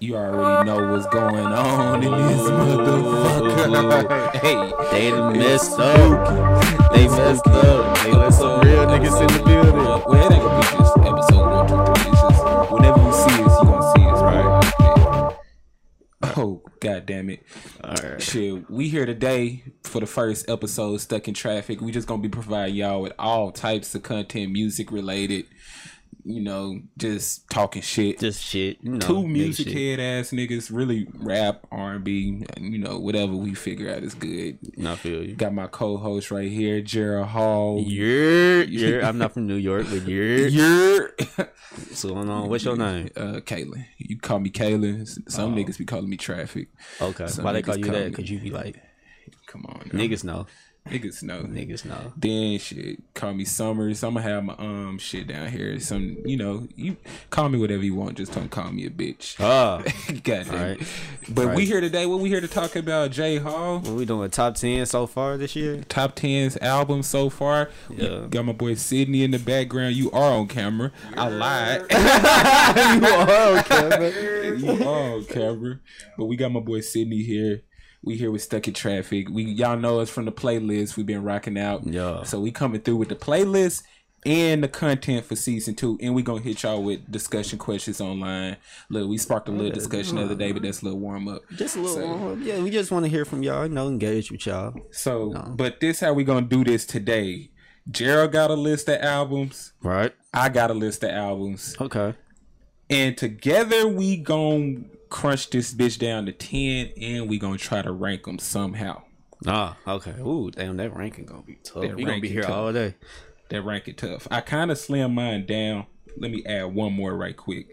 You already know what's going on in this motherfucker. hey, They done messed up. They messed up. They let some real niggas in the building. well, it ain't gonna be just episode one, two, three. It's just whenever you see us, you gonna see us, right? Oh, god damn it. Alright. Shit, we here today for the first episode stuck in traffic. We just gonna be providing y'all with all types of content, music related, you know, just talking shit. Just shit. You know, Two big music head shit. ass niggas really rap, R and B, you know, whatever we figure out is good. I feel you. Got my co-host right here, Gerald Hall. You're, you're, I'm not from New York, but you're. You're What's going on? What's your name? uh Kaylin. You call me Kaylin. S- Oh. Some niggas be calling me traffic. Okay. Some Why they call niggas you call that? me- Because you be like, Come on, now. niggas know. niggas know. Niggas know. Then shit, call me Summers. I'm gonna have my um shit down here. Some, you know, you call me whatever you want. Just don't call me a bitch. Ah. God damn it. right. But we Right. here today. What we here to talk about? Jay Hall, What we doing? Top 10 so far this year? top tens album so far. We Yeah. Got my boy Sydney in the background. You are on camera. I lied. you are on camera. But we got my boy Sydney here. We here with Stuck in Traffic. We y'all know us from the playlist. We've been rocking out. Yeah. So we coming through with the playlist and the content for season two. And we gonna hit y'all with discussion questions online. Look, we sparked a little discussion the other day, but that's a little warm up. Just a little. Yeah, we just want to hear from y'all. You know, engage with y'all. So but this how we gonna do this today. Gerald got a list of albums. Right. I got a list of albums. Okay. And together we gon' crunch this bitch down to 10 and we gonna try to rank them somehow. Ah, okay. Ooh, damn, that ranking gonna be tough. That We gonna be ranking here tough. all day. That rank it tough. I kind of slim mine down. Let me add one more right quick.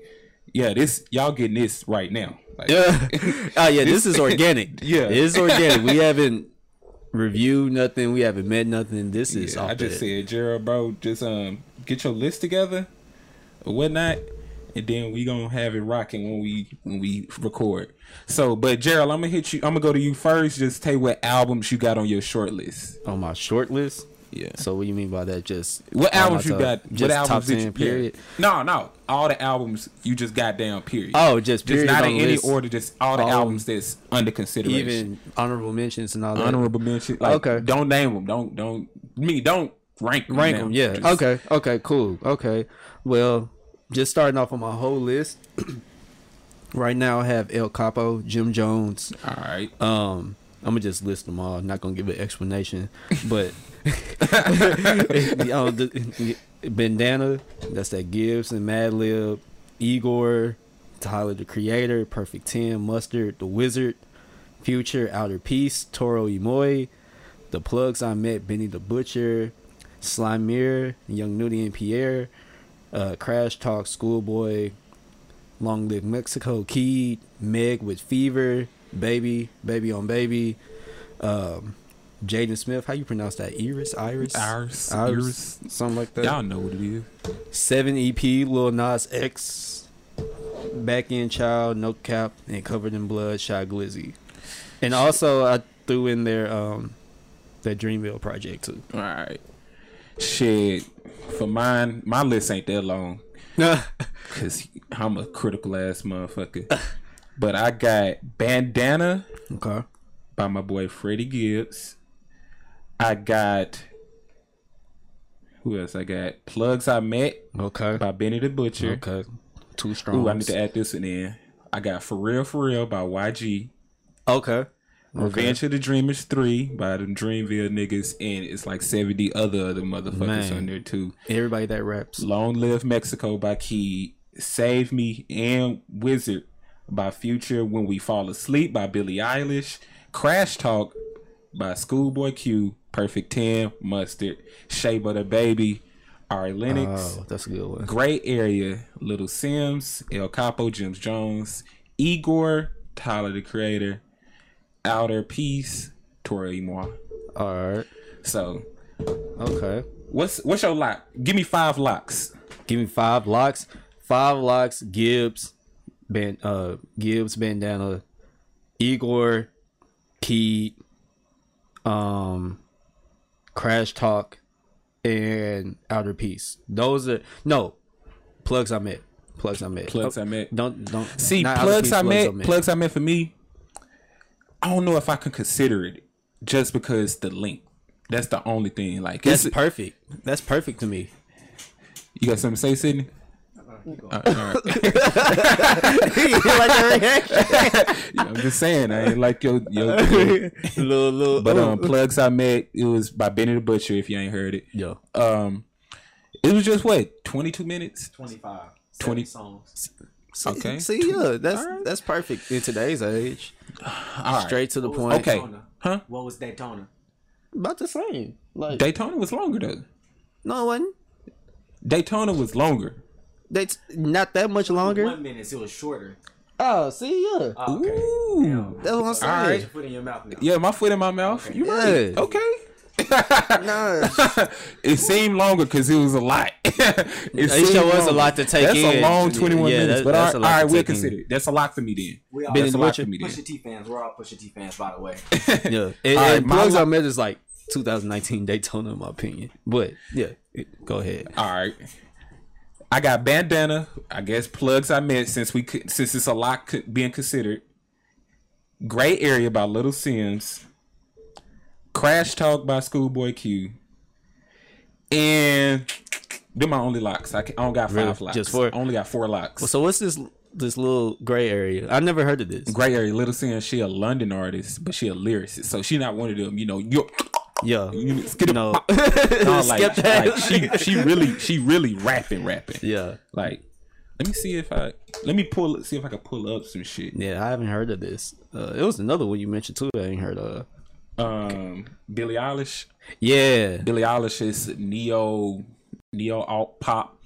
Yeah, this y'all getting this right now. Like, Yeah. oh yeah, this is organic. Yeah. it's organic. We haven't reviewed nothing. We haven't met nothing. This is yeah, off I just the- said, Gerald, bro, just um get your list together or whatnot, and then we gonna have it rocking when we when we record. So, but Gerald, I'm gonna hit you. I'm gonna go to you first. Just tell you what albums you got on your short list. on my short list. Yeah. So what do you mean by that? Just What all albums my you top- got? Just what top albums ten. did you? period. yeah. No, no, all the albums you just got down. Period. Oh, just just period. not on in the any list. order. Just all the All- albums that's under consideration. Even honorable mentions and all that. honorable mention. Like, Okay. Don't name them. Don't don't me. Don't rank them rank now. them. Yeah. Just- Okay. Okay. Cool. Okay. Well, just starting off on my whole list. right now, I have El Capo, Jim Jones. All right. Um, I'm gonna just list them all. I'm not gonna give an explanation, but um, the, bandana. That's that Gibbs and Madlib, Igor, Tyler the Creator, Perfect Ten, Mustard, The Wizard, Future, Outer Peace, Toro Imoy, The Plugs I Met, Benny the Butcher, Slimeer, Young Nudie and Pierre, uh, Crash Talk, Schoolboy, Long Live Mexico, Key, Meg with Fever, Baby, Baby on Baby, um, Jaden Smith. How you pronounce that? Iris, Iris, Ours. Iris, Yours. something like that. Y'all know what it is. Seven EP, Lil Nas X, Back End Child, No Cap, and Covered in Blood, Shy Glizzy. And also, I threw in there um, that Dreamville project too. All right. Shit. For mine, my list ain't that long. Cause I'm a critical ass motherfucker. but I got bandana. okay. by my boy Freddie Gibbs. I got who else? I got plugs I met Okay. by Benny the Butcher. Okay. Too strong. Ooh, I need to add this one in. I got for real, for real by YG. Okay. Revenge of the Dreamers three by them Dreamville niggas, and it's like seventy other other motherfuckers Man. on there too. Everybody that raps. Long Live Mexico by Key, Save Me and Wizard by Future, When We Fall Asleep by Billie Eilish, Crash Talk by Schoolboy Q, Perfect 10, Mustard, Shea Butter Baby, Ari Lennox, Oh, that's a good one. Gray Area, Little Sims, El Capo, Jim Jones, Igor, Tyler the Creator, Outer Peace, Tori Moore. All right. So, Okay. what's what's your lock? Give me five locks. Give me five locks. Five locks. Gibbs, ban, uh, Gibbs bandana, Igor, Keed, um, Crash Talk, and Outer Peace. Those are no plugs. I met Plugs I met. Plugs Oh, I met. Don't don't See, not other plugs people, I met, Met. plugs I met for me. I don't know if I can consider it just because the link. That's the only thing. Like, That's it's- perfect. That's perfect to me. you got something to say, Sydney? Uh, all right. I'm just saying, I ain't like your your. your- little little. but um, plugs I met. It was by Benny the Butcher. If you ain't heard it, yo, um, it was just what 22 minutes. 25. 20 20 songs. Okay. See, yeah, that's Alright. that's perfect in today's age. All right. Straight to the What was point. Okay. Daytona? Huh? What was Daytona? about the same. Like Daytona was longer though. no one. Daytona was longer. That's not that much longer. One minute, it was shorter. Oh, see, yeah, Oh, okay. Ooh. Damn. that's what I'm saying. Put your foot in your mouth now. Yeah, my foot in my mouth. You right? Yeah. Okay. Nah, it seemed longer because it was a lot. it sure seemed was a long. lot to take That's in. a long 21 Yeah, that- minutes. but all right, that's a all lot right to we'll take in. consider it. That's a lot for me then. We all Been That's in a the lot Witcher? for me Push then. your T fans. We're all Push your T fans, by the way. yeah. And, Alright, and my plugs la- I met is like 2019 Daytona, in my opinion. But yeah, it- go ahead. All right. I got bandana. I guess plugs I meant since we could, since it's a lot co- being considered. Gray area by Little Sims. Crash talk by Schoolboy Q. And they're my only locks. I, can, I don't got five Really? locks. Just four? I only got four locks. So what's this this little gray area? I never heard of this. Gray area. Little Sims. She a London artist, but she a lyricist. So she not one of them. You know. You. Yeah, you know, skip it, No. pop. No, Skip like, that. like she she really she really rapping rapping. yeah, Like, let me see if I let me pull see if I can pull up some shit. yeah. I haven't heard of this. Uh, it was another one you mentioned too. I ain't heard of. Um, Billie Eilish. Yeah, Billie Eilish is neo neo alt pop.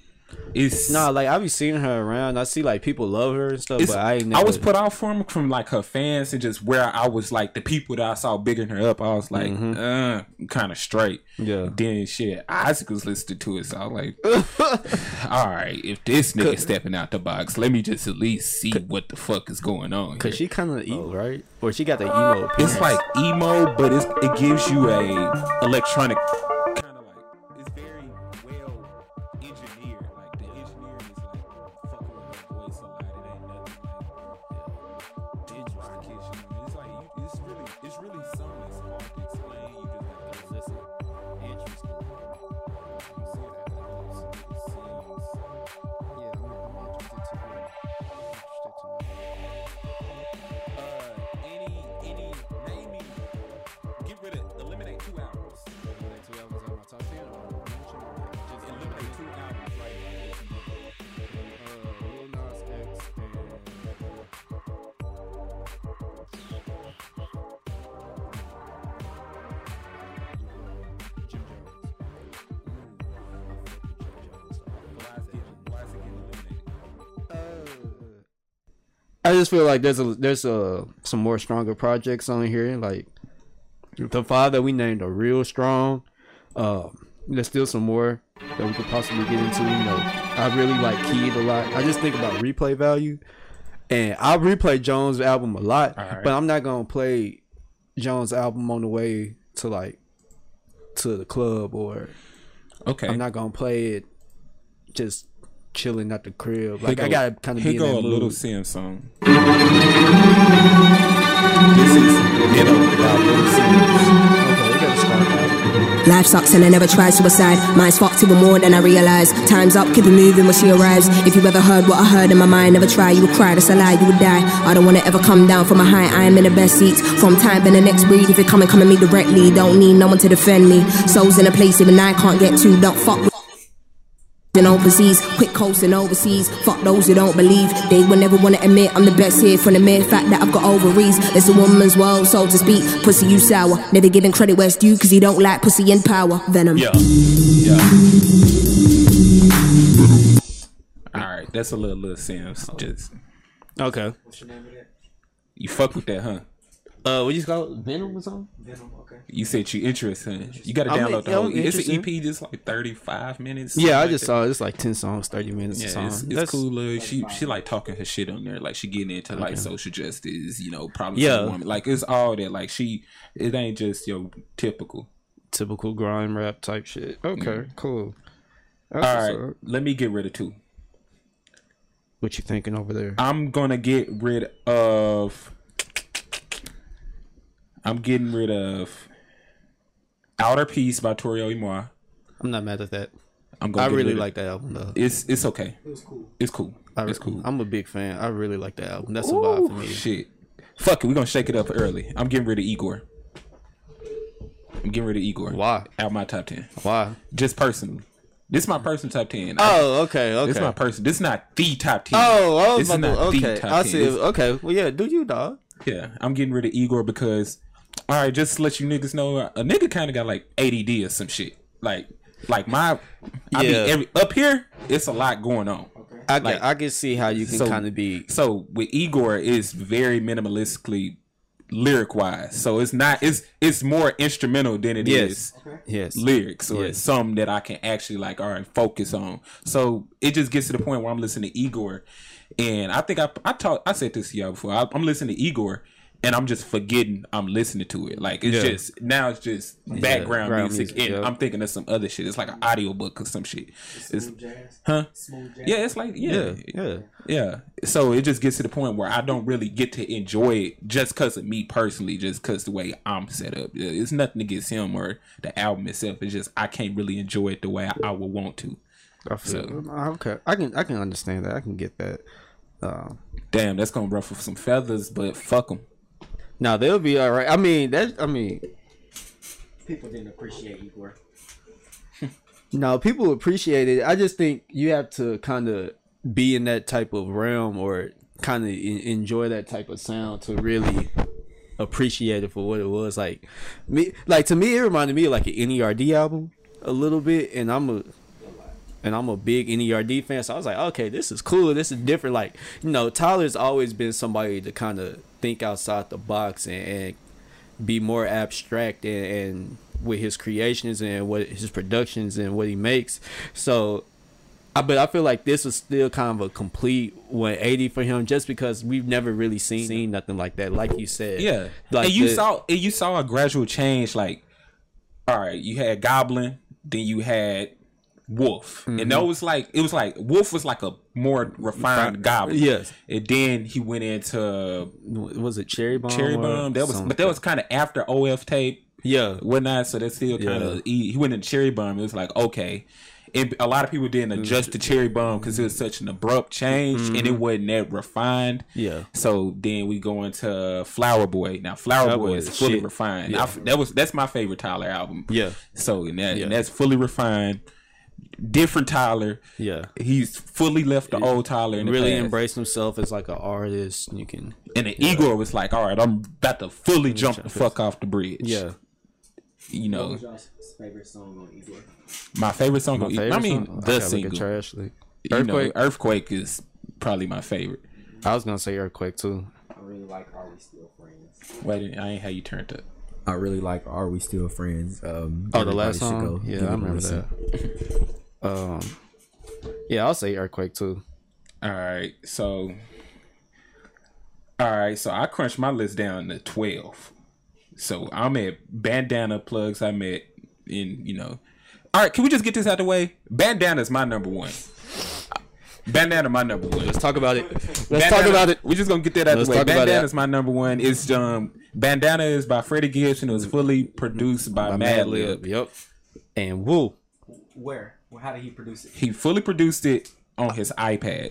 It's no, like I be seeing her around. I see like people love her and stuff, It's, but I I, ain't never. was put off from from like her fans and just where I was like the people that I saw bigging her up. I was like, uh, kind of straight. Mm-hmm. Yeah. Then shit, Isaac was listening to it, so I was like, all right, if this nigga stepping out the box, let me just at least see what the fuck is going on. here." Cause she kind of emo, right? Or she got the Uh, emo. It's appearance. like emo, but it's, it gives you a electronic kind of like it's very well engineered. Like the engineering is like fucking with her voice a lot. It ain't nothing like digital kitchen. It's like you, it's really it's really something that's hard to explain. You just have to listen. Interesting. You see it after this, it seems- uh, any, any, maybe get rid of, eliminate two albums. Just eliminate two albums right now. Why is it getting- why is it getting eliminated? I just feel like there's a there's a some more stronger projects on here. Like the five that we named are real strong. Um, there's still some more that we could possibly get into. You know, I really like Keyed a lot. I just think about replay value, and I replay Jones' album a lot. Alright. But I'm not gonna play Jones' album on the way to like to the club or Okay. I'm not gonna play it just chilling at the crib. Here Like I go- gotta kind of here be in go that a little mood. Sim song. This is Minnow by Little Sims. Okay, they gotta start out. Life sucks and I never tried suicide. Mine's fucked even more than I realize. Time's up, keep it moving when she arrives. If you ever heard what I heard in my mind, never try, you would cry, that's a lie, you would die. I don't wanna ever come down from a high, I am in the best seats. From time and the next breed, if you're coming, come at me directly. Don't need no one to defend me. Souls in a place even I can't get to, don't fuck with. And overseas, quick coasting overseas. Fuck those who don't believe. They will never want to admit I'm the best here from the mere fact that I've got ovaries. It's a woman's world, so to speak. Pussy, you sour. Never giving credit where it's due, cause you don't like pussy in power. Venom. Yeah. Yeah. All right, that's a little Little Sims. Just Okay. What's your name of that? you fuck with that, huh? Uh, what you call it? Venom or something? Venom, okay. You said you interested. Huh? You got to I'm- download the yeah, I'm whole. It's an interested. EP, just like thirty five minutes. Yeah, I something just like saw it. It's like ten songs, thirty minutes. that. a Yeah, song. it's, That's it's cool. Like, she she like talking her shit on there. Like she getting into like social justice, you know, problems yeah. Yeah. woman. Like it's all that. Like she, it ain't just your typical. Typical grime rap type Mm. shit. Okay, cool. All right, let me get rid of two. What you thinking over there? I'm gonna get rid of. I'm getting rid of Outer Peace by Tori Imoa. I'm not mad at that. I'm gonna. I get really rid of- like that album though. It's it's okay. It was cool. It's cool. I, it's cool. I'm a big fan. I really like that album. That's a vibe for me. Shit. Fuck it. We're gonna shake it up early. I'm getting rid of Igor. I'm getting rid of Igor. Why? Out my top ten. Why? Just personally. This is my personal top ten. I- Oh, okay, okay. This is my person. This is not the top ten. oh, I this was is about to, not the okay. top I 10. see. This- Okay, well, yeah. Do you, dog? Yeah, I'm getting rid of Igor because, all right, just to let you niggas know, a nigga kind of got like ADD or some shit. Like, like my, I mean, Yeah. every, up here, it's a lot going on. I can, I can see how you can so- kind of be. So with Igor, it's very minimalistically lyric wise. So it's not it's it's more instrumental than it is Yes. Yes. lyrics or Yes. some that I can actually like all right focus on. So it just gets to the point where I'm listening to Igor, and I think I I talked I said this to y'all before. I, I'm listening to Igor. And I'm just forgetting I'm listening to it. Like it's Yeah. just now it's just background background music, music, and yeah. I'm thinking of some other shit. It's like an audiobook or some shit. It's, Smooth jazz. huh? Smooth jazz. Yeah, it's like yeah, Yeah. Yeah. yeah. So it just gets to the point where I don't really get to enjoy it just because of me personally, just because the way I'm set up. Yeah, It's nothing against him or the album itself. It's just I can't really enjoy it the way I, I would want to. I feel. Okay. I can. I can understand that. I can get that. Um, Damn, that's gonna ruffle some feathers, but fuck them. now they'll be all right. I mean, that. I mean, People didn't appreciate Igor. No, people appreciate it. I just think you have to kind of be in that type of realm or kind of en- enjoy that type of sound to really appreciate it for what it was. Like me, like to me, it reminded me of like an NERD album a little bit, and I'm a and I'm a big NERD fan, so I was like, okay, this is cool. This is different. Like you know, Tyler's always been somebody to kind of think outside the box and, and be more abstract and, and with his creations and what his productions and what he makes. So, I but I feel like this was still kind of a complete 180 for him, just because we've never really seen seen nothing like that. Like you said, Yeah, like and you the- saw and you saw a gradual change. Like, all right, you had Goblin, then you had Wolf, and that was like it was like Wolf was like a more refined Goblin. Yes. and then he went into was it Cherry Bomb? Cherry or Bomb. That was, something? but that was kind of after OF tape, yeah, whatnot. So that's still kind of Yeah. he, he went in Cherry Bomb. It was like okay, and a lot of people didn't adjust to Cherry Bomb because it was such an abrupt change and it wasn't that refined. Mm-hmm. Yeah. So then we go into Flower Boy. Now Flower Flower Boy Boy is is fully shit. refined. I f that was that's my favorite Tyler album. Yeah. So and that Yeah. and that's fully refined. Different Tyler. yeah. He's fully left the old Tyler and Really past. embraced himself as like an artist. You can And the Igor was like, "All right, I'm about to fully jump the fuck off the bridge." yeah. you What know, was y'all's favorite song on Igor? my favorite song. on E- I mean, the single. trash. Like, You know, Earthquake. Earthquake is probably my favorite. I was gonna say earthquake too. Oh, I really like Are We Still Friends. Wait, I ain't how you turned up. I really like Are We Still Friends? Um, Oh, the everybody last should go song. Yeah, give it I a remember listen. that. um, yeah, I'll say earthquake too. All right, so, all right, so I crunched my list down to twelve. So I'm at bandana plugs. I'm at in you know. All right, can we just get this out the way? Bandana is my number one. Bandana, my number one. Let's talk about it. Let's Bandana- talk about it. We're just gonna get that out Let's the way. talk about Bandana it. is my number one. It's um Bandana is by Freddie Gibson. It was fully produced by, Madlib. Yep. And woo. Where? Well, how did he produce it? He fully produced it on his iPad.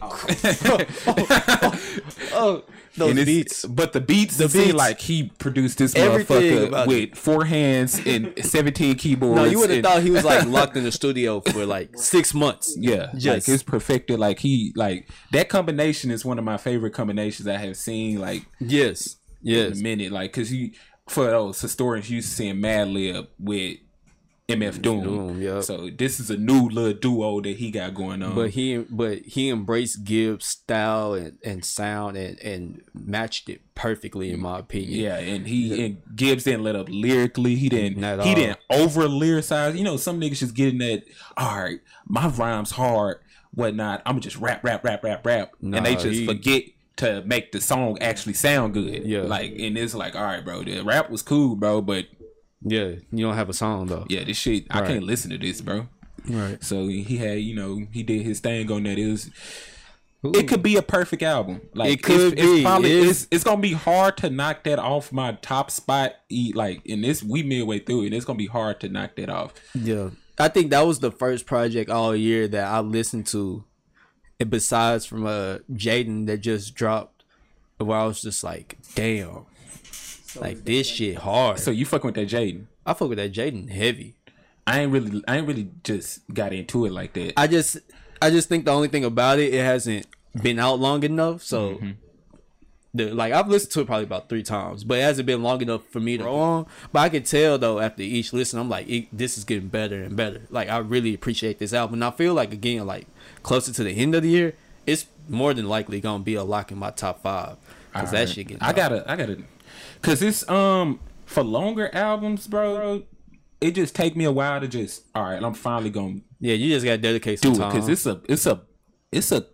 Oh, those And it's- beats. but the beats, the beats. like he produced this Everything motherfucker about with four hands and seventeen keyboards. No, you would have and- thought he was like locked in the studio for like six months. Yeah, Yes. like it's perfected. Like he, like that combination is one of my favorite combinations I have seen. Like Yes. in Yes. a minute, like because you for those historians used to seeing Mad Lib with MF Doom. Doom, yep. So this is a new little duo that he got going on. But he but he embraced Gibbs' style and, and sound and, and matched it perfectly in my opinion. yeah, and he and Gibbs didn't let up lyrically. He didn't. Not at he all. didn't over lyricize. You know, some niggas just getting that. All right, my rhymes hard, whatnot. I'm just rap, rap, rap, rap, rap, and they Nah, just he- forget to make the song actually sound good. Yeah. like and it's like, all right, bro, the rap was cool, bro, but Yeah. You don't have a song though. yeah, this shit, I Right. can't listen to this, bro. Right. So he had, you know, he did his thing on that. It was It could be a perfect album. Like It could it's, it's be. probably It's- it's, it's gonna be hard to knock that off my top spot. E like in this we midway through it, it's gonna be hard to knock that off. Yeah. I think that was the first project all year that I listened to. And besides from uh Jaden that just dropped where I was just like, damn. Like this shit hard. So you fucking with that Jaden? I fuck with that Jaden heavy. I ain't really I ain't really just got into it like that. I just I just think the only thing about it, it hasn't been out long enough. So Mm-hmm. the like I've listened to it probably about three times, but it hasn't been long enough for me to go on. But I could tell though after each listen, I'm like, it, this is getting better and better. Like I really appreciate this album. And I feel like again, like closer to the end of the year, it's more than likely gonna be a lock in my top five because that Alright. shit getting. I gotta, I gotta, cause it's um for longer albums, bro. It just take me a while to just all right. I'm finally gonna yeah. You just gotta dedicate do some it time because it's a, it's a, it's a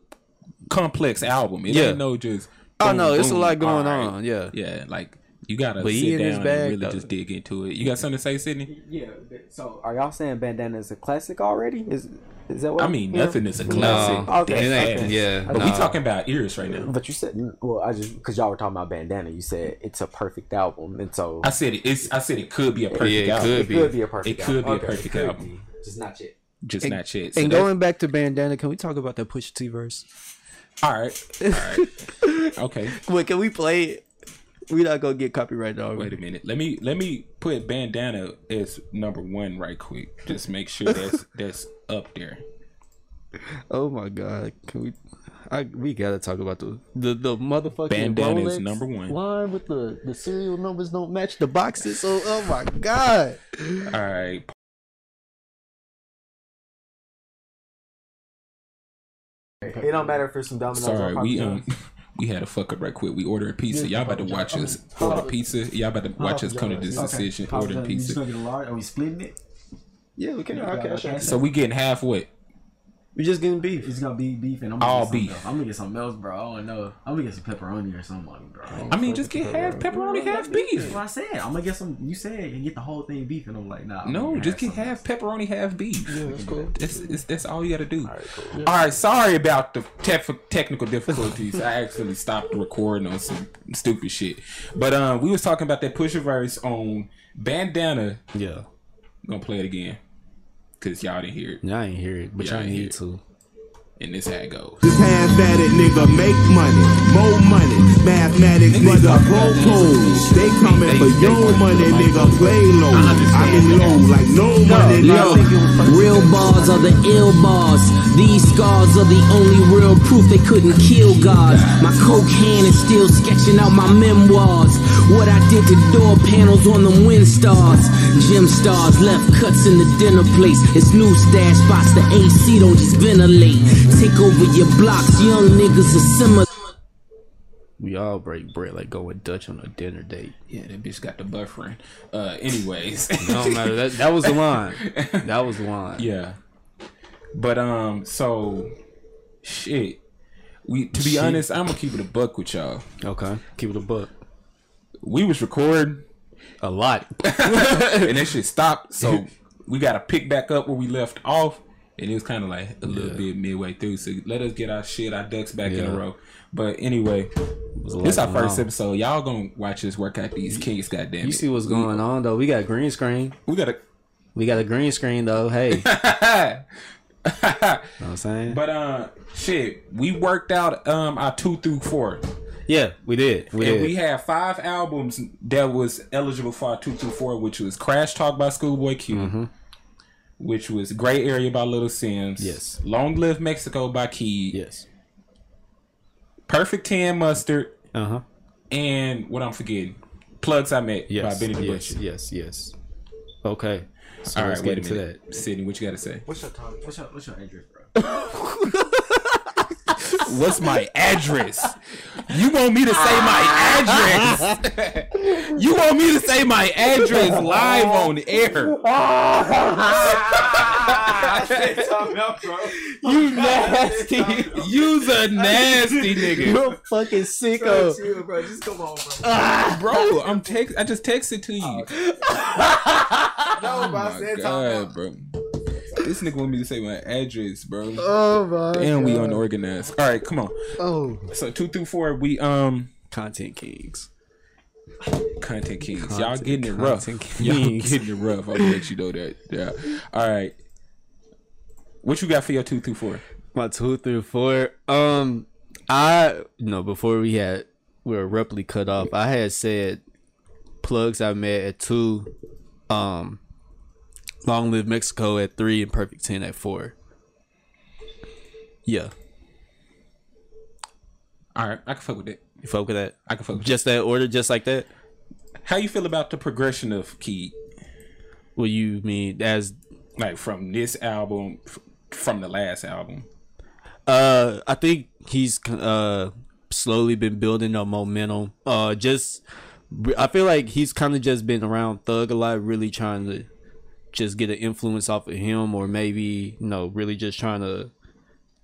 complex album. It Yeah. ain't no just. Oh, boom, no, it's a boom, lot going alright. on, yeah. yeah. Like you gotta But he sit in his down bag, and really though. just dig into it. You got something to say, Sydney? Yeah. but- So are y'all saying Bandana is a classic already? Is is that what? I mean, yeah. nothing is a classic. Okay, that okay. fast. Um, yeah, But we nah. talking about ears right now. But you said, well, I just because y'all were talking about Bandana, you said it's a perfect album, and so I said it, it's. I said it could be a perfect it album. could it could be a perfect. It could be a album. Okay, perfect it could album. be. Just not yet. Just not yet. So And that's- going back to Bandana, can we talk about that Pusha T verse? all right, all right, okay. Wait, can we play it? We not gonna get copyright dog. Wait a minute. Let me let me put bandana as number one right quick. Just make sure that's that's up there. Oh my god, can we? I we gotta talk about the the, the motherfucking Bandana is Rolex number one. line with the the serial numbers don't match the boxes. So oh my god, All right. It don't matter if it's some Domino's. Sorry, or Papa we um John's. we had a fuck up right quick. We ordered pizza. Y'all about to watch us order pizza. Y'all about to watch us come to this decision. Order pizza. Are we splitting it? yeah, we can. Okay, sure. So we getting half what? We just getting beef. It's gonna be beef and I'm gonna All get something beef. else. I'm gonna get something else, bro. I don't know. I'm gonna get some pepperoni or something, like, bro. I mean, just get half pepperoni, half That's beef. what I said. I'm gonna get some. You said and get the whole thing beef, and I'm like, nah. I'm No, gonna just get have some. half pepperoni, half beef. Yeah, that's cool. That's, it's, that's all you got to do. All right, sorry about the tef- technical difficulties. I actually stopped recording on some stupid shit. But um, we was talking about that pusher verse on Bandana. Yeah, I'm gonna play it again because y'all didn't hear it, I ain't hear it, but Yeah, I y'all ain't hear need it. to. and this how it goes. Just half at it, nigga. Make money, more money. Mathematics, mother vocals. They coming for your money, nigga. Play low. I been low like no money, nigga. Real bars are the ill bars. These scars are the only real proof they couldn't kill gods. My coke hand is still sketching out my memoirs. What I did to door panels on the wind stars. Gym stars left cuts in the dinner place. It's new stash spots. The AC don't just ventilate. Take over your blocks. Young niggas are similar. We all break bread like going Dutch on a dinner date. Yeah, that bitch got the buffering. Uh, anyways, Oh, No matter that that was the line. That was the line. yeah. But um, so shit. We to be Shit. honest, I'm gonna keep it a buck with y'all. Okay, keep it a buck. We was recording. A lot. and that shit stopped. So we got to pick back up where we left off. And it was kind of like a little bit midway through. So let us get our shit, our ducks back in Yeah. a row. But anyway, was a lot this our going first on. episode. Y'all gonna watch us work out these kinks, goddamn You it. see what's going on though? We got green screen. we gotta. We got a green screen though. Hey, know what I'm saying? But uh, shit, we worked out um our two through four, yeah, we did. We and did. we had five albums that was eligible for our two through four, which was Crash Talk by Schoolboy Q. Mm-hmm. Which was Gray Area by Little Sims. Yes. Long Live Mexico by Key. yes. Perfect Tan Mustard, Uh huh. and what I'm forgetting, Plugs I Met Yes. by Benny the yes, Butcher. yes. Yes. Okay. So All right, let's wait get a into minute, that. Sydney. What you got to say? What's your time? What's your what's your address, bro? What's my address? You want me to say my address? you want me to say my address live on air? you nasty. You's a nasty nigga, You're fucking sicko. Chill, bro. Just come on, bro. bro. I'm text. I just texted to you. Oh no, bro. I my said time out. God, bro. This nigga want me to say my address, bro. Oh my. and we unorganized. All right, come on. Oh. So two through four, we um Content Kings. content kings. y'all getting it rough. Y'all kings. getting it rough. I'll let you know that. Yeah. All right. What you got for your two through four? My two through four. Um, I no. Before we had we were abruptly cut off. I had said plugs I met at two. Um, long live Mexico at three and perfect ten at four. Yeah, All right, I can fuck with it. you fuck with that. I can fuck with Just that order, just like that. it. How you feel about the progression of Key, Well, you mean as like from this album, f- from the last album? uh i think he's uh slowly been building a momentum uh just i feel like he's kind of just been around thug a lot really trying to just get an influence off of him or maybe you know really just trying to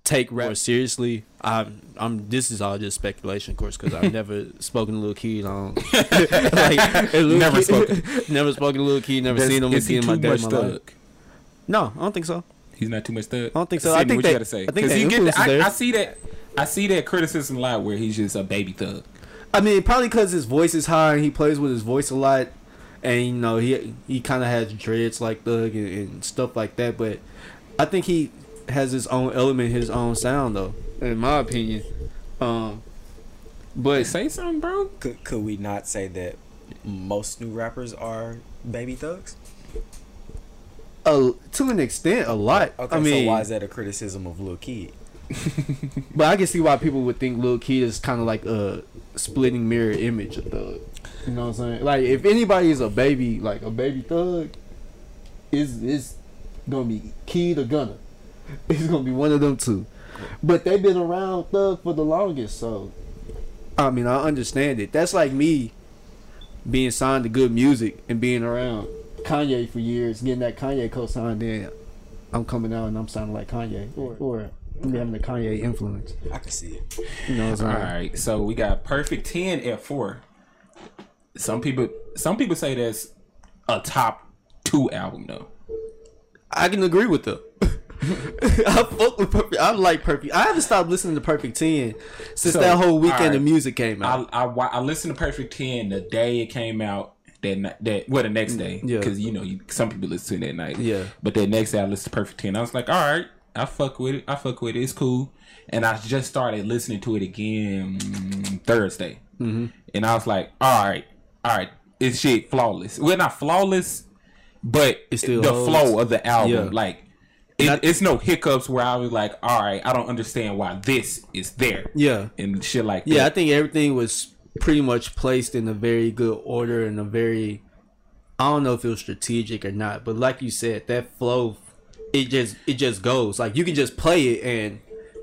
take rap more seriously i i'm this is all just speculation of course because i've never spoken to Lil Key on like, never spoken never spoken to Lil Key never seen him Is he again too like that much in my life thug? no i don't think so He's not too much thug. I don't think so. I think what that- you gotta say. I think 'Cause that he get influence is I, there. I see that. I see that criticism a lot where he's just a baby thug. I mean, probably because his voice is high and he plays with his voice a lot, and you know he he kind of has dreads like Thug and, and stuff like that. But I think he has his own element, his own sound, though, in my opinion. Um, but Say something, bro. Could, could we not say that most new rappers are baby thugs? uh, to an extent, a lot. Okay, I mean, so why is that a criticism of Lil Kid? but I can see why people would think Lil Kid is kind of like a splitting mirror image of Thug. You know what I'm saying? Like, if anybody is a baby, like a baby Thug, is is gonna be Kid or Gunner. It's gonna be one of them two. But they've been around Thug for the longest, so I mean, I understand it. That's like me being signed to good music and being around Kanye for years, getting that Kanye co-sign. Then I'm coming out and I'm sounding like Kanye, or or I'm having the Kanye influence. I can see it. You know what I'm All saying? right, so we got perfect ten at four. Some people, some people say that's a top two album though. I can agree with them. I fuck with perfect. I like perfect. I haven't stopped listening to Perfect Ten since So, that whole weekend all right. of music came I out. I, wa- I listened to Perfect Ten the day it came out. That night, that well the next day, Yeah. because you know you, some people listen to it at night. Yeah. But that next day I listened to Perfect Ten. I was like, all right, I fuck with it. I fuck with it. It's cool. And I just started listening to it again mm, Thursday, mm-hmm. and I was like, all right, all right, it's shit flawless. Well, not flawless, but It still the holds. flow of the album, Yeah. like. It, it's no hiccups where I was like, all right, I don't understand why this is there. Yeah. And shit like that. yeah, I think everything was pretty much placed in a very good order and a very. I don't know if it was strategic or not, but like you said, that flow, it just it just goes. Like you can just play it, and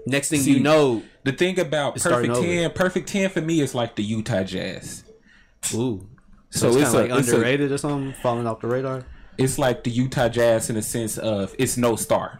next thing you See, know, The thing about It's starting Perfect over. Ten, Perfect Ten for me is like the Utah Jazz. ooh. So, it's, it's, kind of a- like it's a- underrated or something, falling off the radar. it's like the Utah Jazz in the sense of it's no star.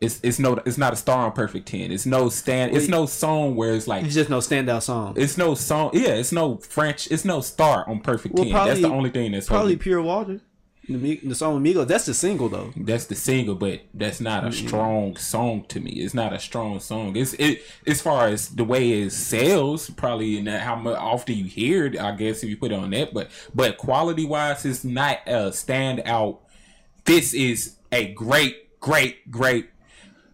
It's it's no it's not a star on Perfect Ten. It's no stand. It's no song where it's like It's just no standout song. it's no song. Yeah, it's no French. It's no star on Perfect Well, Ten. that's the probably- only thing that's Probably probably Pure Water. The, Mi- the song Amigo. That's the single though. that's the single, but that's not a strong song to me. It's not a strong song. It's it as far as the way it sells, probably and how much often you hear it. I guess if you put it on that, but but quality wise, it's not a standout. This is a great, great, great,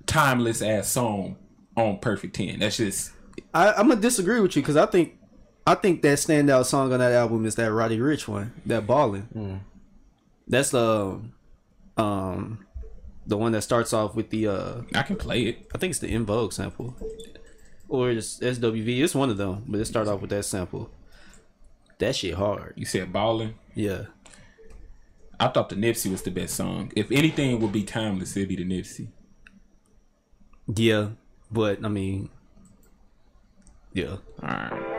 timeless ass song on Perfect Ten. That's just I, I'm gonna disagree with you because I think I think that standout song on that album is that Roddy Rich one, that Ballin. Hmm. That's the um the one that starts off with the uh I can play it. I think it's the In Vogue sample or it's SWV. It's one of them, but it start off with that sample. That shit hard. You said ballin'. Yeah. I thought the Nipsey was the best song. If anything would be timeless, it'd be the Nipsey. Yeah, but I mean, yeah. All right.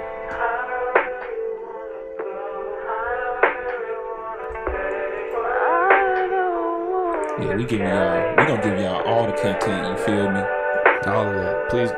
Yeah, we giving y'all. We gonna give y'all all the content. You feel me? All of that. Please.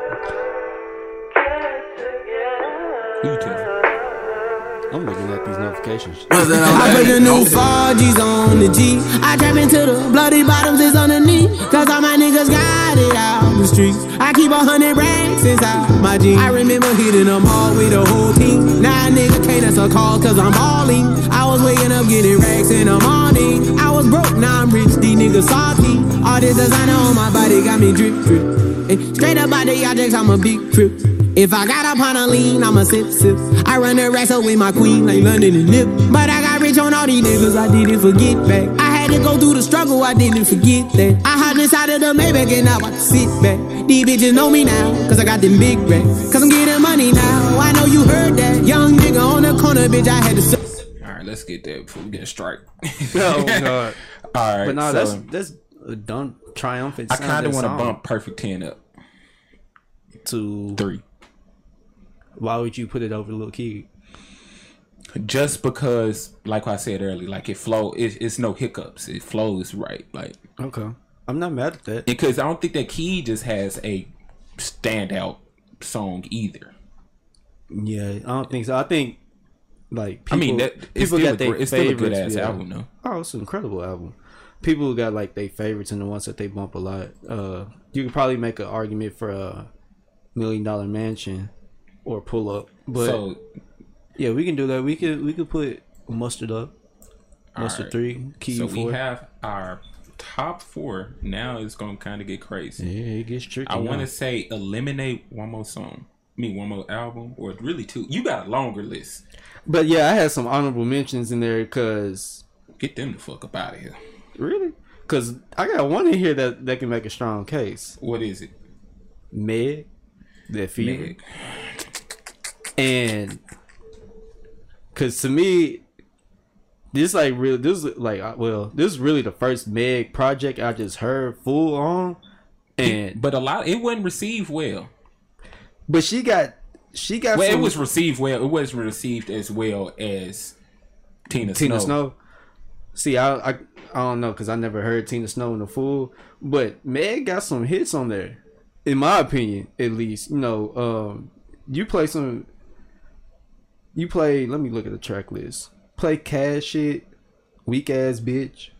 Who you telling? I'm looking at these notifications. I put the new 4G's on the G. I tap into the bloody bottoms is on the knee. Cause all my niggas got it out the streets. I keep a hundred racks inside my jeans. I remember hitting them all with the whole team. Now a nigga can't answer call cause I'm all in. I was waking up getting racks in the morning. I was broke, now I'm rich, these niggas salty. All this designer on my body got me drip drip. Eh, Straight up out the objects, I'm a big trip. If I got up on a lean, I'm a sip sip. I run the racks up with my queen like London and Nip. But I got rich on all these niggas, I didn't forget back. I had to go through the struggle, I didn't forget that. I hopped inside of the Maybach and now I sit back. These bitches know me now, cause I got them big racks. Cause I'm getting money now, I know you heard that. Young nigga on the corner, bitch, I had to. Su- All right, let's get there before we get a strike. Oh, God. All right, But so no, that's that's a done triumphant. I sound kind of that want to song bump Perfect Ten up to. three, Why would you put it over Lil Key? just because, like I said earlier, like it flow, it, it's no hiccups. It flows right, like Okay, I'm not mad at that. because I don't think that Key just has a standout song either. Yeah, I don't think so. I think like people, I mean, that it's still, people a, got gr- their it's still a favorites. good ass yeah. album though. Oh, it's an incredible album. People got like their favorites and the ones that they bump a lot. Uh, you could probably make an argument for a Million Dollar Mansion or Pull Up, but so yeah, we can do that. We could we could put Mustard up, Mustard right. three, Key so four. we have our top four. Now it's gonna kind of get crazy. yeah, it gets tricky. I want to now. say eliminate one more song. I mean, one more album, or really two. You got a longer list. But yeah, I had some honorable mentions in there because Get them the fuck up out of here. really, because I got one in here that that can make a strong case. What is it? Meg, that fever, Meg. and because to me, this like real, this is like I- well, this is really the first Meg project I just heard full on, and but, But a lot, it wasn't received well. she got she got Well, it some- was received well. It wasn't received as well as Tina, Snow. Tina Snow. See, I I, I don't know because I never heard Tina Snow in the full, but Meg got some hits on there, in my opinion, at least. You know, um, you play some. You play. Let me look at the track list. Play cash shit, weak ass bitch.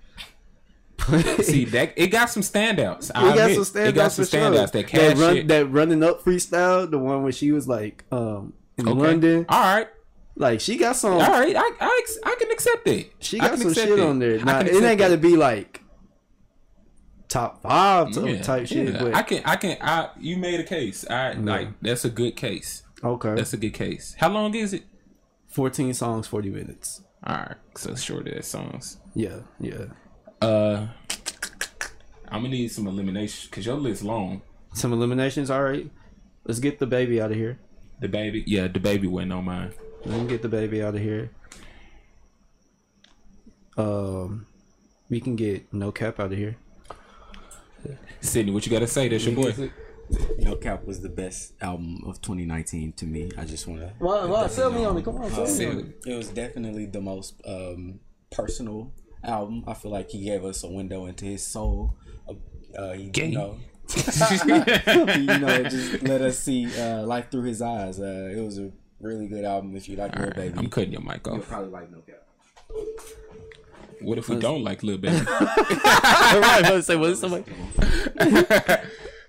See that it got some standouts. We I admit, it got some for sure. standouts. That cash run, shit. that running up freestyle, the one where she was like um in Okay. London, All right, like she got some. all right. I I, ex- I can accept it. She I got can some accept shit on I there. can Now, it accept ain't got to be like top five type, Yeah, type shit. yeah. But I can, I can, I. You made a case. I like that's a good case. okay, That's a good case. How long is it? fourteen songs, forty minutes. All right, so short ass songs. Yeah, yeah. Uh, I'm gonna need some elimination because your list long. Some eliminations. All right, let's get the baby out of here. The baby, yeah, the baby wasn't on mine. Let me get the baby out of here. Um, we can get no cap out of here. Sydney, what you gotta say? That's your boy. No Cap was the best album of 2019 to me. I just want to. Well, well, sell me on it. Come on, sell me on it. Sydney. It was definitely the most um, personal album. I feel like he gave us a window into his soul. Uh, uh, he, you know, he, you know, just let us see uh, life through his eyes. Uh, it was a really good album. If you like Lil Baby, I'm cutting your mic you'll off. probably like No Cap. What if we don't like Lil Baby? All right, let's say what's somebody.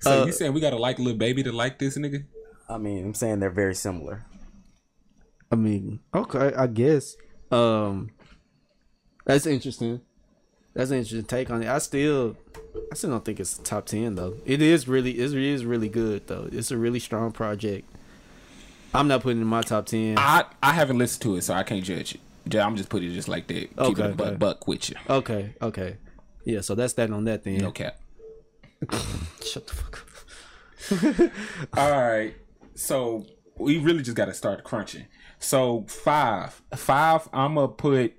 So Uh, you saying we gotta like Lil Baby to like this nigga? I mean, I'm saying they're very similar. I mean, okay, I guess. Um, that's interesting. That's an interesting take on it. I still, I still don't think it's top ten though. It is really, it is really good though. It's a really strong project. I'm not putting it in my top ten. I I haven't listened to it, so I can't judge it. Ju- I'm just putting it just like that. Keep Okay, it a buck, okay. buck with you. Okay, okay, yeah. So that's that on that then. No cap. Shut the fuck up. All right. So we really just got to start crunching. So five, five. I'm gonna put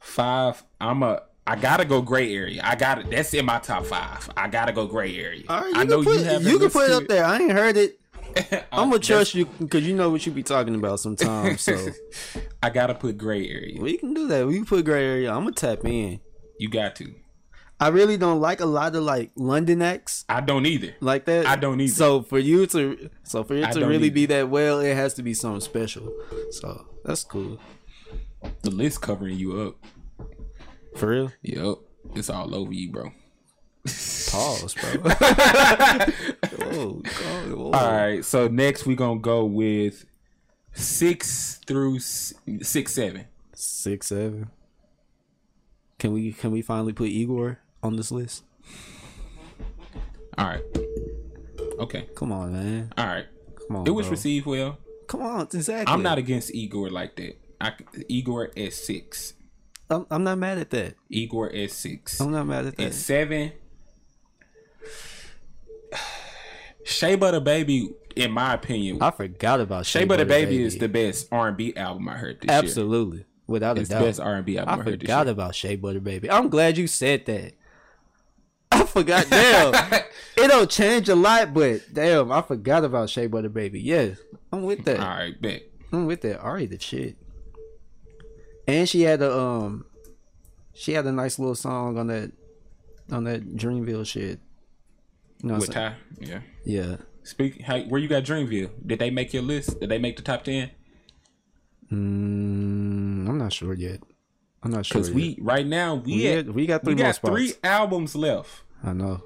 five. I'm a. I gotta go gray area. I got to That's in my top five. I gotta go gray area. All right, you I can put, you, haven't can put it listened up to there. I ain't heard it. I'm gonna that's- trust you because you know what you be talking about sometimes. So I gotta put gray area. we can do that. We can put gray area. I'm gonna tap in. You got to. I really don't like a lot of like London acts I don't either. like that. I don't either. So for you to so for it I to don't really either. be that well, it has to be something special. So that's cool. The list covering you up. For real? Yep. It's all over you, bro. Pause, bro. oh, God. whoa. All right. So next we're gonna go with six through s- six, seven. Six seven. Can we can we finally put Igor on this list? All right. Okay. Come on, man. All right. Come on. It was bro. received well. Come on, exactly. I'm not against Igor like that. I c- Igor at six. I'm, I'm not mad at that. Igor at six. I'm not mad at At that. seven, Shea Butter Baby, in my opinion, I forgot about Shea Butter Baby, is the best R and B album I heard this year. absolutely without a It's the doubt. best R and B album I, I heard this forgot about Shea Butter Baby. I'm glad you said that. I forgot. Damn, it don't change a lot, but damn, I forgot about Shea Butter Baby. Yes, I'm with that. year. All right, bet. I'm with that. Ari the shit. And she had a um, she had a nice little song on that, on that Dreamville shit. You know what With I'm saying? Ty, yeah. Yeah. Speak. How, where you got Dreamville? Did they make your list? Did they make the top ten? Mm, I'm not sure yet. I'm not sure. Because Yet. we right now we We at- got- we got three we more got spots. three albums left, I know.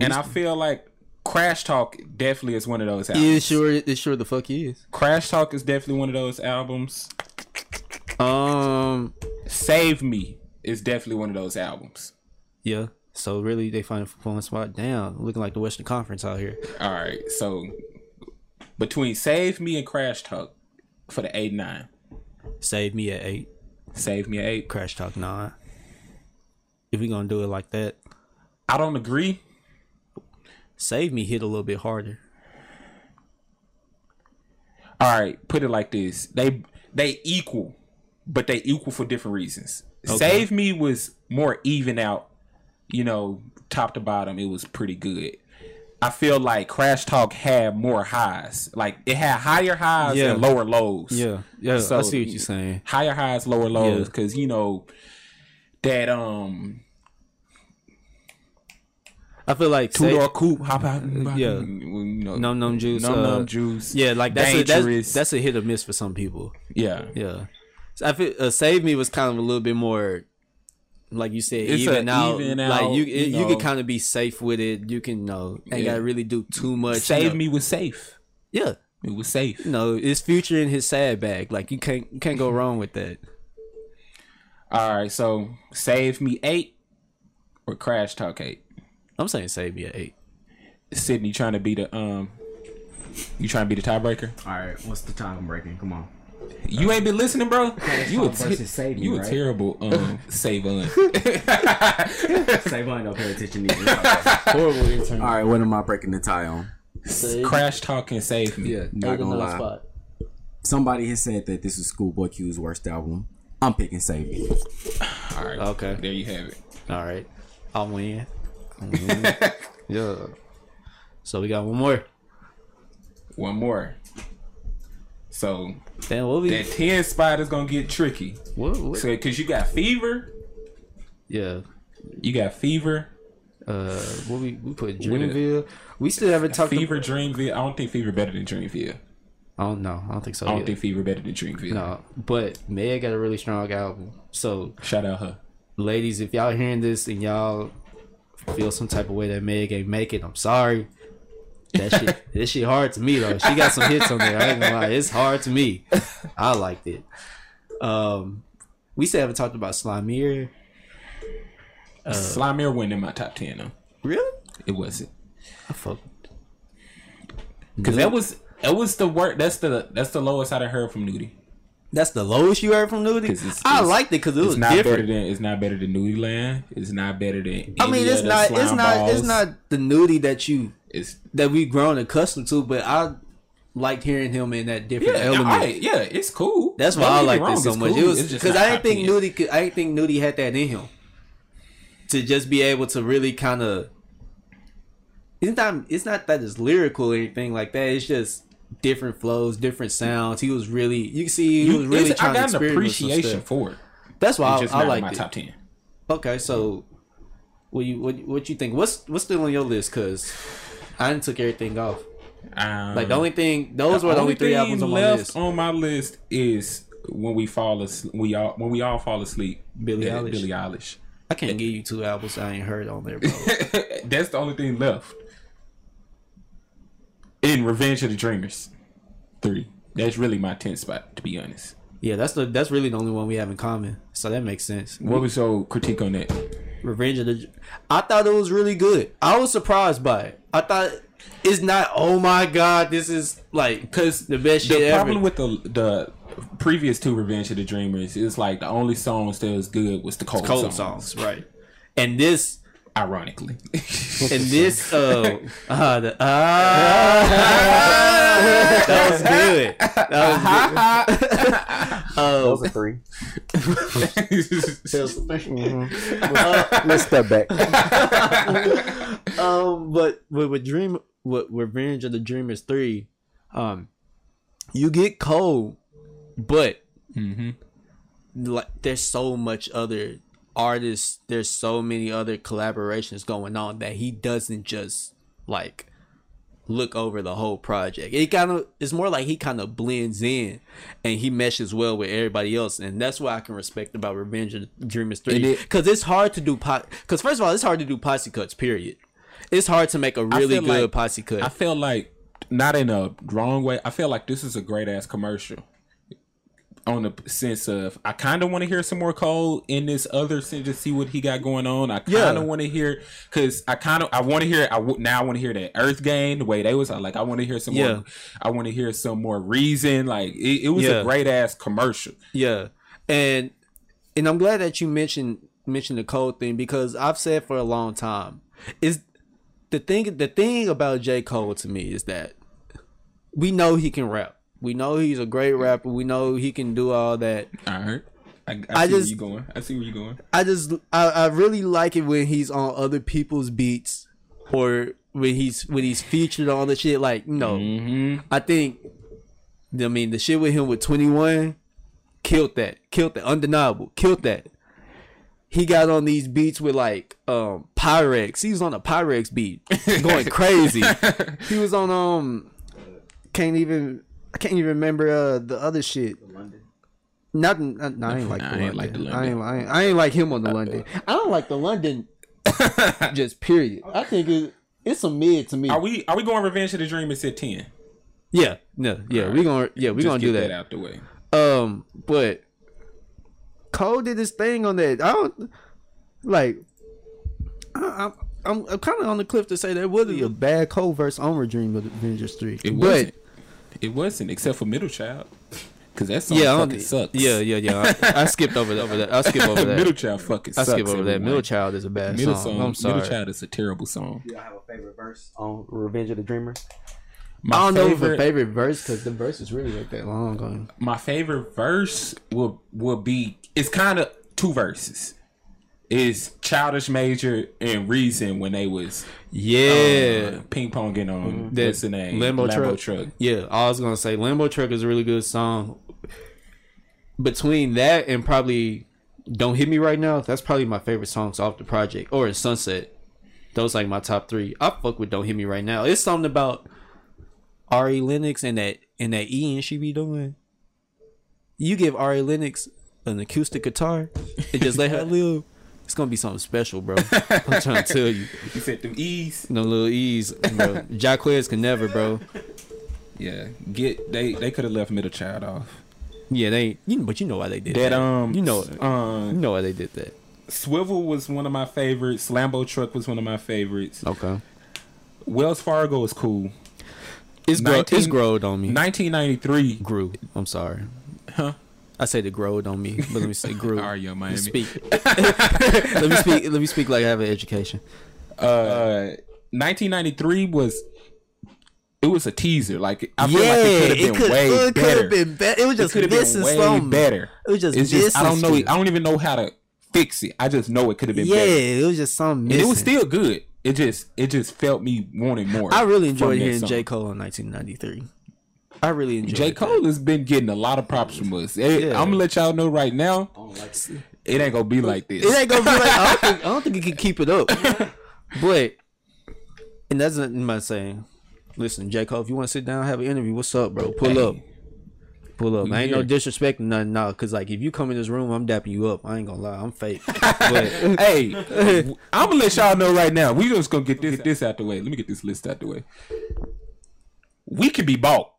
and I feel like Crash Talk definitely is one of those albums. It sure it sure the fuck is. Crash Talk is definitely one of those albums. Um. Save Me is definitely one of those albums. Yeah. So really, they find one spot down, looking like the Western Conference out here. All right, so between Save Me and Crash Talk for the eight nine, Save me at eight. Save Me at eight. Crash talk nine. If we gonna do it like that, I don't agree. save me hit a little bit harder. All right, put it like this: they they equal, but they equal for different reasons. Save Me was more even out, you know, top to bottom. It was pretty good. I feel like Crash Talk had more highs. Like it had higher highs Yeah. and lower lows. Yeah. Yeah. So- I see what you're saying. higher highs, lower lows, Yeah. because you know that um I feel like two save- door coupe, hop out, Yeah. you know, num num juice. num uh, num juice, Yeah, like that's a, dangerous, that's, that's a hit or miss for some people. yeah, Yeah. So I feel uh, save me was kind of a little bit more. Like you said, It's even a out, even like out, you, you you, know. can kind of be safe with it. You can, you know, ain't Yeah. gotta really do too much. you Save know. Me was safe. yeah. It was safe. No, it's future in his sad bag. Like you can't you can't go wrong with that. All right, so Save Me eight or Crash Talk eight. I'm saying save me an eight. Sydney trying to be the um, you trying to be the tiebreaker. All right, what's the time breaking? Come on. You ain't been listening, bro. You a, Talk versus Save Me, you a right? terrible um save un. Save on, don't pay attention either. All right, what am I breaking the tie on? Crash Talk and Save Me. Not gonna lie. Somebody has said that this is Schoolboy Q's worst album. I'm picking Save Me. All right. Okay. There you have it. All right, I'll win. I'll Mm-hmm. win. yeah. So we got one more. One more. So Damn, what we? that ten spot is gonna get tricky. what, what- So because you got fever, Yeah. you got fever, Uh, what we we put Dreamville. We still haven't talked. ab- fever Dreamville. I don't think fever better than Dreamville. oh no, I don't think so. I don't yet. think fever better than Dreamville. no, but Meg got a really strong album. So Shout out her. ladies, if y'all hearing this and y'all feel some type of way that Meg ain't make it, I'm sorry. That shit, this shit hard to me though. She got some hits on there. I ain't gonna lie, it's hard to me. I liked it. Um, we still haven't talked about Slimeer. Uh. Slime Air wasn't in my top ten though. Really? It wasn't I fuck. because that was that was the work. That's the that's the lowest I'd have heard from Nudie. That's the lowest you heard from Nudie. 'Cause it's- I it's- liked it because it It's was not better different. than it's not better than Nudie Land. It's not better than. I mean, any it's of the not, it's slime not, it's balls. not the Nudie that you It's that we've grown accustomed to. But I liked hearing him in that different yeah, element. all right, yeah, it's cool. That's why Don't I get me like wrong, this so it's much. cool. It was It's just because not I top didn't think 10. Nudie could. I didn't think Nudie had that in him to just be able to really kind of. It's not. It's not that it's lyrical or anything like that. It's just different flows, different sounds. He was really. You can see he was really it's- trying I got to an experiment with some appreciation stuff. for it. That's why It's I, just I not in my liked it. top ten. Okay, so What you what, what you think? What's what's still on your list? Cause I done took everything off. Um, Like the only thing those were the only three thing albums on my left list. on my list is when we fall asleep. We all when we all fall asleep. Billie Yeah, Eilish. Billie Eilish. I can't give you two albums I ain't heard on there, bro. That's the only thing left. In Revenge of the Dreamers, three. That's really my tenth spot, to be honest. yeah, that's the that's really the only one we have in common. So that makes sense. What was your critique on that? Revenge of the. I thought it was really good. I was surprised by it. I thought it's not. Oh my god, this is like Because the best The shit problem ever. with the the previous two Revenge of the Dreamers is like the only songs that was good was the cold, cold songs. songs, right? And this Ironically, and this uh, uh, the, ah, that was good. Uh-huh. That was Those good. are three. Let's step back. um, but with, with Dream, with Revenge of the Dreamers three, um, you get cold, but Mm-hmm. like there's so much other artists, there's so many other collaborations going on that he doesn't just like look over the whole project. It kind of it's more like he kind of blends in and he meshes well with everybody else, and that's what I can respect about Revenge of the Dreamers And three it- because it's hard to do pot. Because first of all, it's hard to do posse cuts. Period. It's hard to make a really feel good like- posse cut. I feel like not in a wrong way. I feel like this is a great ass commercial. On the p- sense of, I kind of want to hear some more Cole in this other sense to see what he got going on. I kind Yeah. of want to hear because I kind of I want to hear. I w- now I want to hear that Earth Game the way they was. I like. I want to hear some Yeah. more. I want to hear some more reason. Like it, it was Yeah. a great ass commercial. Yeah, and and I'm glad that you mentioned mentioned the Cole thing because I've said for a long time is the thing the thing about J Cole to me is that we know he can rap. We know he's a great rapper. We know he can do all that. All right. I, I, I see where just- you going. I see where you going. I just I, I really like it when he's on other people's beats or when he's when he's featured on the shit like you know Mm-hmm. I think I mean the shit with him with 21 killed that killed that undeniable killed that he got on these beats with like um Pyrex he was on a Pyrex beat going crazy he was on um can't even I can't even remember uh, the other shit not, not, no, I ain't like the I ain't London. like the I ain't, I ain't, I ain't like him on the London. I don't like the London. just period. I think it, it's a mid to me. Are we are we going Revenge of the Dreamers at ten? yeah, no, yeah, we gonna yeah we Just gonna do get that. out the way. Um, but Cole did his thing on that. I don't like. I, I, I'm I'm kind of on the cliff to say that wasn't a bad Cole versus Omer Dream of Avengers Three. It but wasn't. It wasn't, except for Middle Child. Because that song yeah, I fucking don't, sucks. yeah, yeah, yeah. I, I skipped over over that. I skipped over that. Middle Child fucking I sucks. skip over that. everyone. Middle Child is a bad Middle song. I'm sorry. Middle Child is a terrible song. Do I have a favorite verse on Revenge of the Dreamer? My I don't know if favorite, a favorite verse because the verse is really like that long. Going. my favorite verse will will be it's kind of two verses. Is Childish Major and Reason when they was Yeah, uh, ping ponging on what's the name Limbo, truck. truck. Yeah, I was gonna say Limbo Truck is a really good song. Between that and probably Don't Hit Me Right Now, that's probably my favorite songs off the project or Sunset. Those like my top three. I fuck with Don't Hit Me Right Now. It's something about Ari Lennox and that and that E and she be doing. You give Ari Lennox an acoustic guitar and just let her live. It's gonna be something special, bro. I'm trying to tell you. You said them E's. No little E's, bro. Jacquez can never, bro. Yeah, get they they could have left Middle Child off. Yeah, they. You know, but you know why they did that. That um, you know, s- um, you know why they did that. Swivel was one of my favorites. Slambo Truck was one of my favorites. Okay, Wells Fargo is cool. it's grow, 19 it's growed on me. 1993. grew. I'm sorry. Huh? I say the growed on me, but let me say grew. All right, yo, Let me Miami. speak. let me speak. Let me speak like I have an education. Uh, 1993 was it was a teaser. Like I feel yeah, like it could have it been could way it could better. have been better. It was It just could have been missing way something. better. It was just It's just I don't missing know. shit. I don't even know how to fix it. I just know it could have been Yeah, better. it was just something And missing. it was still good. It just it just felt me wanting more. I really from enjoyed that hearing song. J Cole in 1993. I really enjoyed J Cole has been getting a lot of props from us. Hey, Yeah. I'm gonna let y'all know right now. I don't like It ain't gonna be like this. It ain't gonna be like I don't think, I don't think it can keep it up. But and that's not my saying. Listen, J. Cole, if you want to sit down, have an interview, what's up, bro? Pull up. Pull up. I ain't no here. disrespect, nothing, nah. Cause like if you come in this room, I'm dapping you up. I ain't gonna lie, I'm fake. But hey, I'm gonna let y'all know right now. We just gonna get this, this out the way. Let me get this list out the way. We can be bought.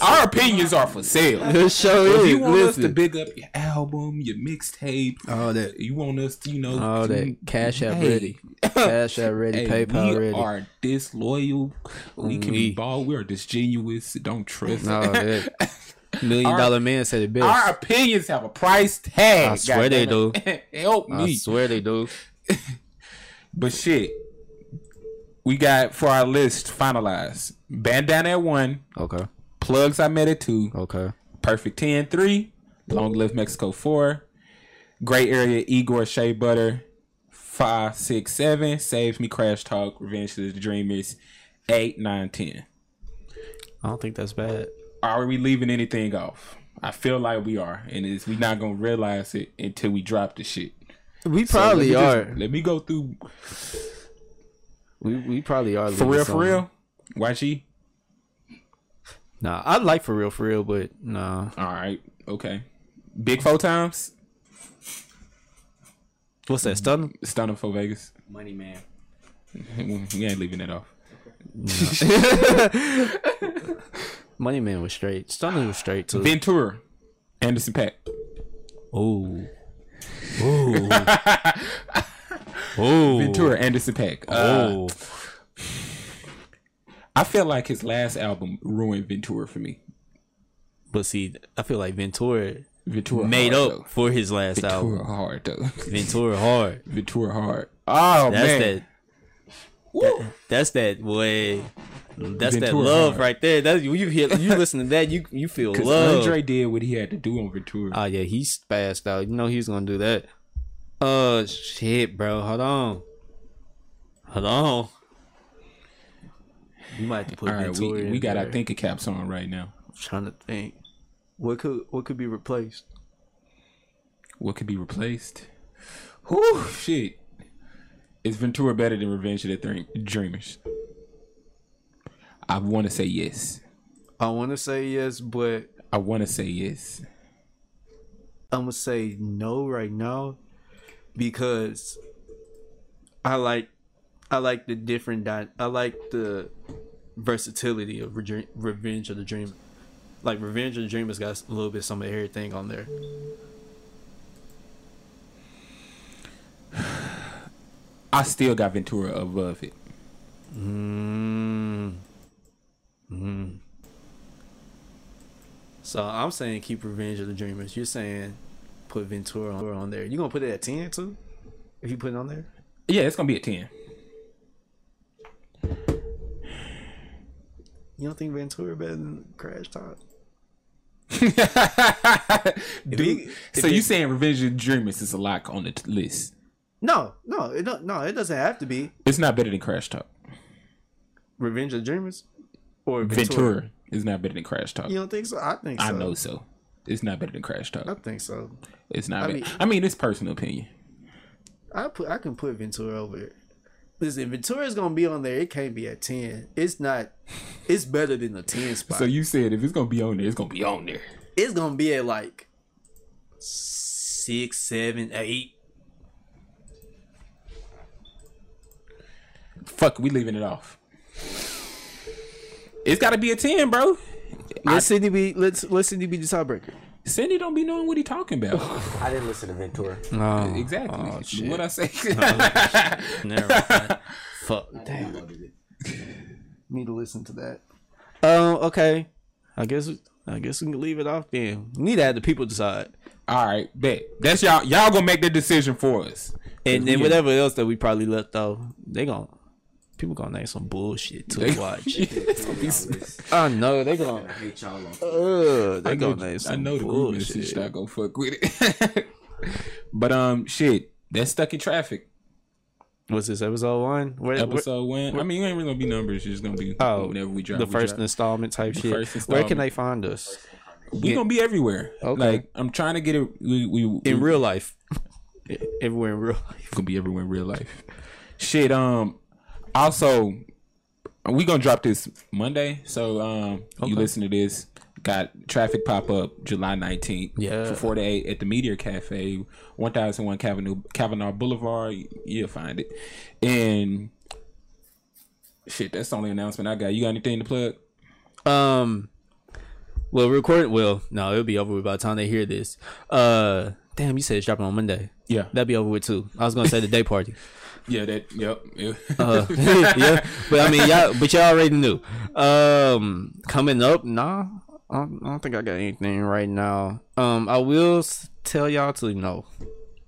Our opinions are for sale. this show If is you want us to listen. big up your album, your mixtape, All that. you want us to, you know, All that to- cash app Hey. ready, cash app ready, Hey, PayPal we ready. are disloyal. We can We- be bald. We are disingenuous. Don't trust. No, that million dollar man said it best. Our opinions have a price tag. I swear they goddammit. Help I me. swear they do. But shit, we got for our list finalized. Bandana at one, Okay, plugs I met at two, okay. perfect 10 3, long live Mexico 4, gray area Igor Shea Butter 5, 6, 7, saves me Crash Talk, Revenge of the Dreamers 8, 9, 10. I don't think that's bad. Are we leaving anything off? I feel like we are, and it's, we not gonna realize it until we drop the shit. We So probably let me are. just- let me go through we, we probably are. for leaving real, some. for real. YG. Nah, I like for real, for real, but nah. All right. Okay. Big four times. What's that? Stunner? Stunning for Vegas. Money man. We ain't leaving that off. Money Man was straight. Stunner was straight too. Ventura. Anderson Pack. Ooh. Ooh. Ooh. Ventura. Anderson Pack. Uh, Ooh. I feel like his last album ruined Ventura for me. But see, I feel like Ventura Ventura made hard, up for his last Though. album. Ventura hard though. Ventura hard. Ventura hard. Oh That's man. that. Woo. That's that way. That's that Ventura love hard. right there. That's you hear you listen to that you you feel 'Cause love. Andre did what he had to do on Ventura. Oh yeah, he spazzed out. You know he's gonna do that. Uh shit, bro. Hold on. Hold on. You might have to put All right, Ventura we, in we got our there. thinker caps on right now. I'm trying to think. What could what could be replaced? What could be replaced? Whew, shit. Is Ventura better than Revenge of the Dream- Dreamers? I want to say yes. I wanna say yes, but I want to say yes. I'm gonna say no right now because I like I like the different di- I like the versatility of Redre- Revenge of the Dreamer. Like Revenge of the Dreamer's got a little bit some of everything on there. I still got Ventura above it. So I'm saying keep Revenge of the Dreamers. You're saying put Ventura on, on there. You gonna put it at ten too? If you put it on there, Yeah, it's gonna be a ten. you don't think Ventura better than Crash Talk? Dude, so you saying Revenge of the Dreamers is a lock on the t- list? No, no, it don't, no, it doesn't have to be It's not better than Crash Talk. Revenge of the Dreamers or Ventura. Ventura is not better than Crash Talk. You don't think so? I think so. I know so. It's not better than Crash Talk. I think so. It's not. I bad. mean- I mean, it's personal opinion. I put I can put Ventura over it. Listen, Ventura's gonna be on there. It can't be at ten. It's not. It's better than the ten spot. So you said if it's gonna be on there, it's gonna be on there. it's gonna be at like six, seven, eight. Fuck, we leaving it off. It's gotta be a ten, bro. Let Cindy be. Let's let Cindy be the tiebreaker. Cindy don't be knowing what he talking about. I didn't listen to Ventura. Oh, exactly. shit. What I say. never mind. Fuck. Damn. Need to listen to that. Uh, Um. Okay. I guess. I guess we can leave it off then. We need to have the people decide. All right, bet. That's y'all. Y'all gonna make the decision for us. and then Yeah. whatever else that we probably left off, they gon' people gonna name some bullshit to watch. It's gonna be s- I know they gonna hate y'all on uh, they I know, gonna name some I know the group message bullshit. not gonna fuck with it. but um, shit. That's stuck in traffic. What's this episode one? Where, Episode one. I mean, you ain't really gonna be numbers. It's just gonna be where, oh, whenever we drop. the we first drop. installment type shit. first Where installment. can they find us? we Yeah. gonna be everywhere. Okay. Like I'm trying to get it. We we, we in real life. Everywhere in real life. gonna be everywhere in real life. Shit. Um. Also, we gonna drop this Monday. So um, you listen to this. Got traffic pop up July nineteenth. Yeah. For four to eight at the Meteor Cafe, one thousand one Cavanaugh Cavanaugh Boulevard. You'll find it. And shit, that's the only announcement I got. You got anything to plug? Um, well, recording. Well, no, it'll be over with by the time they hear this. Uh, damn, you said it's dropping on Monday. Yeah. that'd be over with too. I was gonna say the day party. Yeah. That. Yep. Uh, yeah, but I mean, y'all, but y'all already knew. Um, coming up, nah, I don't, I don't think I got anything right now. Um, I will s- tell y'all to you know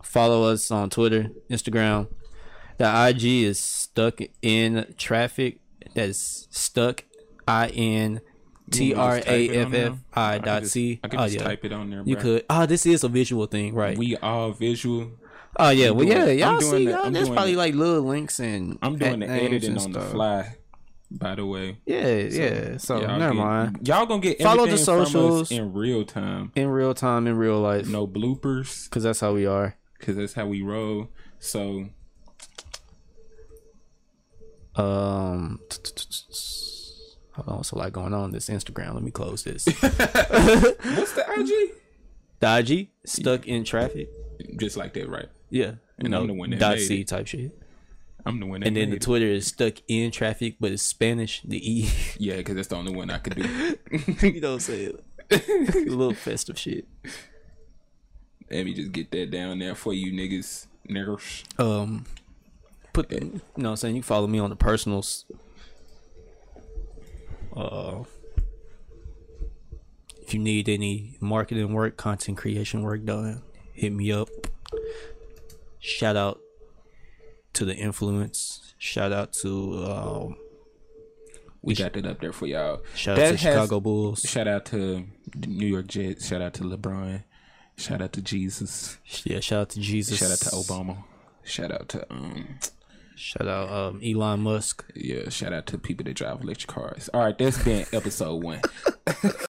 follow us on Twitter, Instagram. The IG is stuck in traffic. That's stuck. I N T R A F F I dot C. I could Oh, just yeah. type it on there. You bruh. could. Oh, this is a visual thing, right? We all visual. oh yeah. Well, doing- yeah. I'm Y'all doing see, the- y'all, I'm there's doing probably the- like little links and. I'm doing the at names editing and on the stuff. fly. By the way, Yeah, yeah. So Y'all never get- mind. Y'all gonna get Follow the everything from us socials. in real time. In real time, in real life, No bloopers, because that's how we are. because that's how we roll. So Um, hold on, it's a lot going on. This Instagram. Let me close this. what's the IG? Dodgy, stuck in traffic. Just like that, right? Yeah, you And know, I'm the one that dot made C it. type shit. I'm the one. That And then made the it. Twitter is stuck in traffic, but it's Spanish. The E. yeah, because that's the only one I could do. you don't say it. a little festive shit. Let me just get that down there for you niggas, niggers. Um, put the, you know what I'm saying? You can follow me on the personals. Uh, if you need any marketing work, content creation work done, hit me up. Shout out to the influence. Shout out to um, We got that up there for y'all. shout That out to has- Chicago Bulls. Shout out to the New York Jets. Shout out to LeBron. Shout out to Jesus. Yeah, shout out to Jesus. Shout out to Obama. Shout out to um Shout out um, Elon Musk. yeah, shout out to people that drive electric cars. All right, that's been episode one.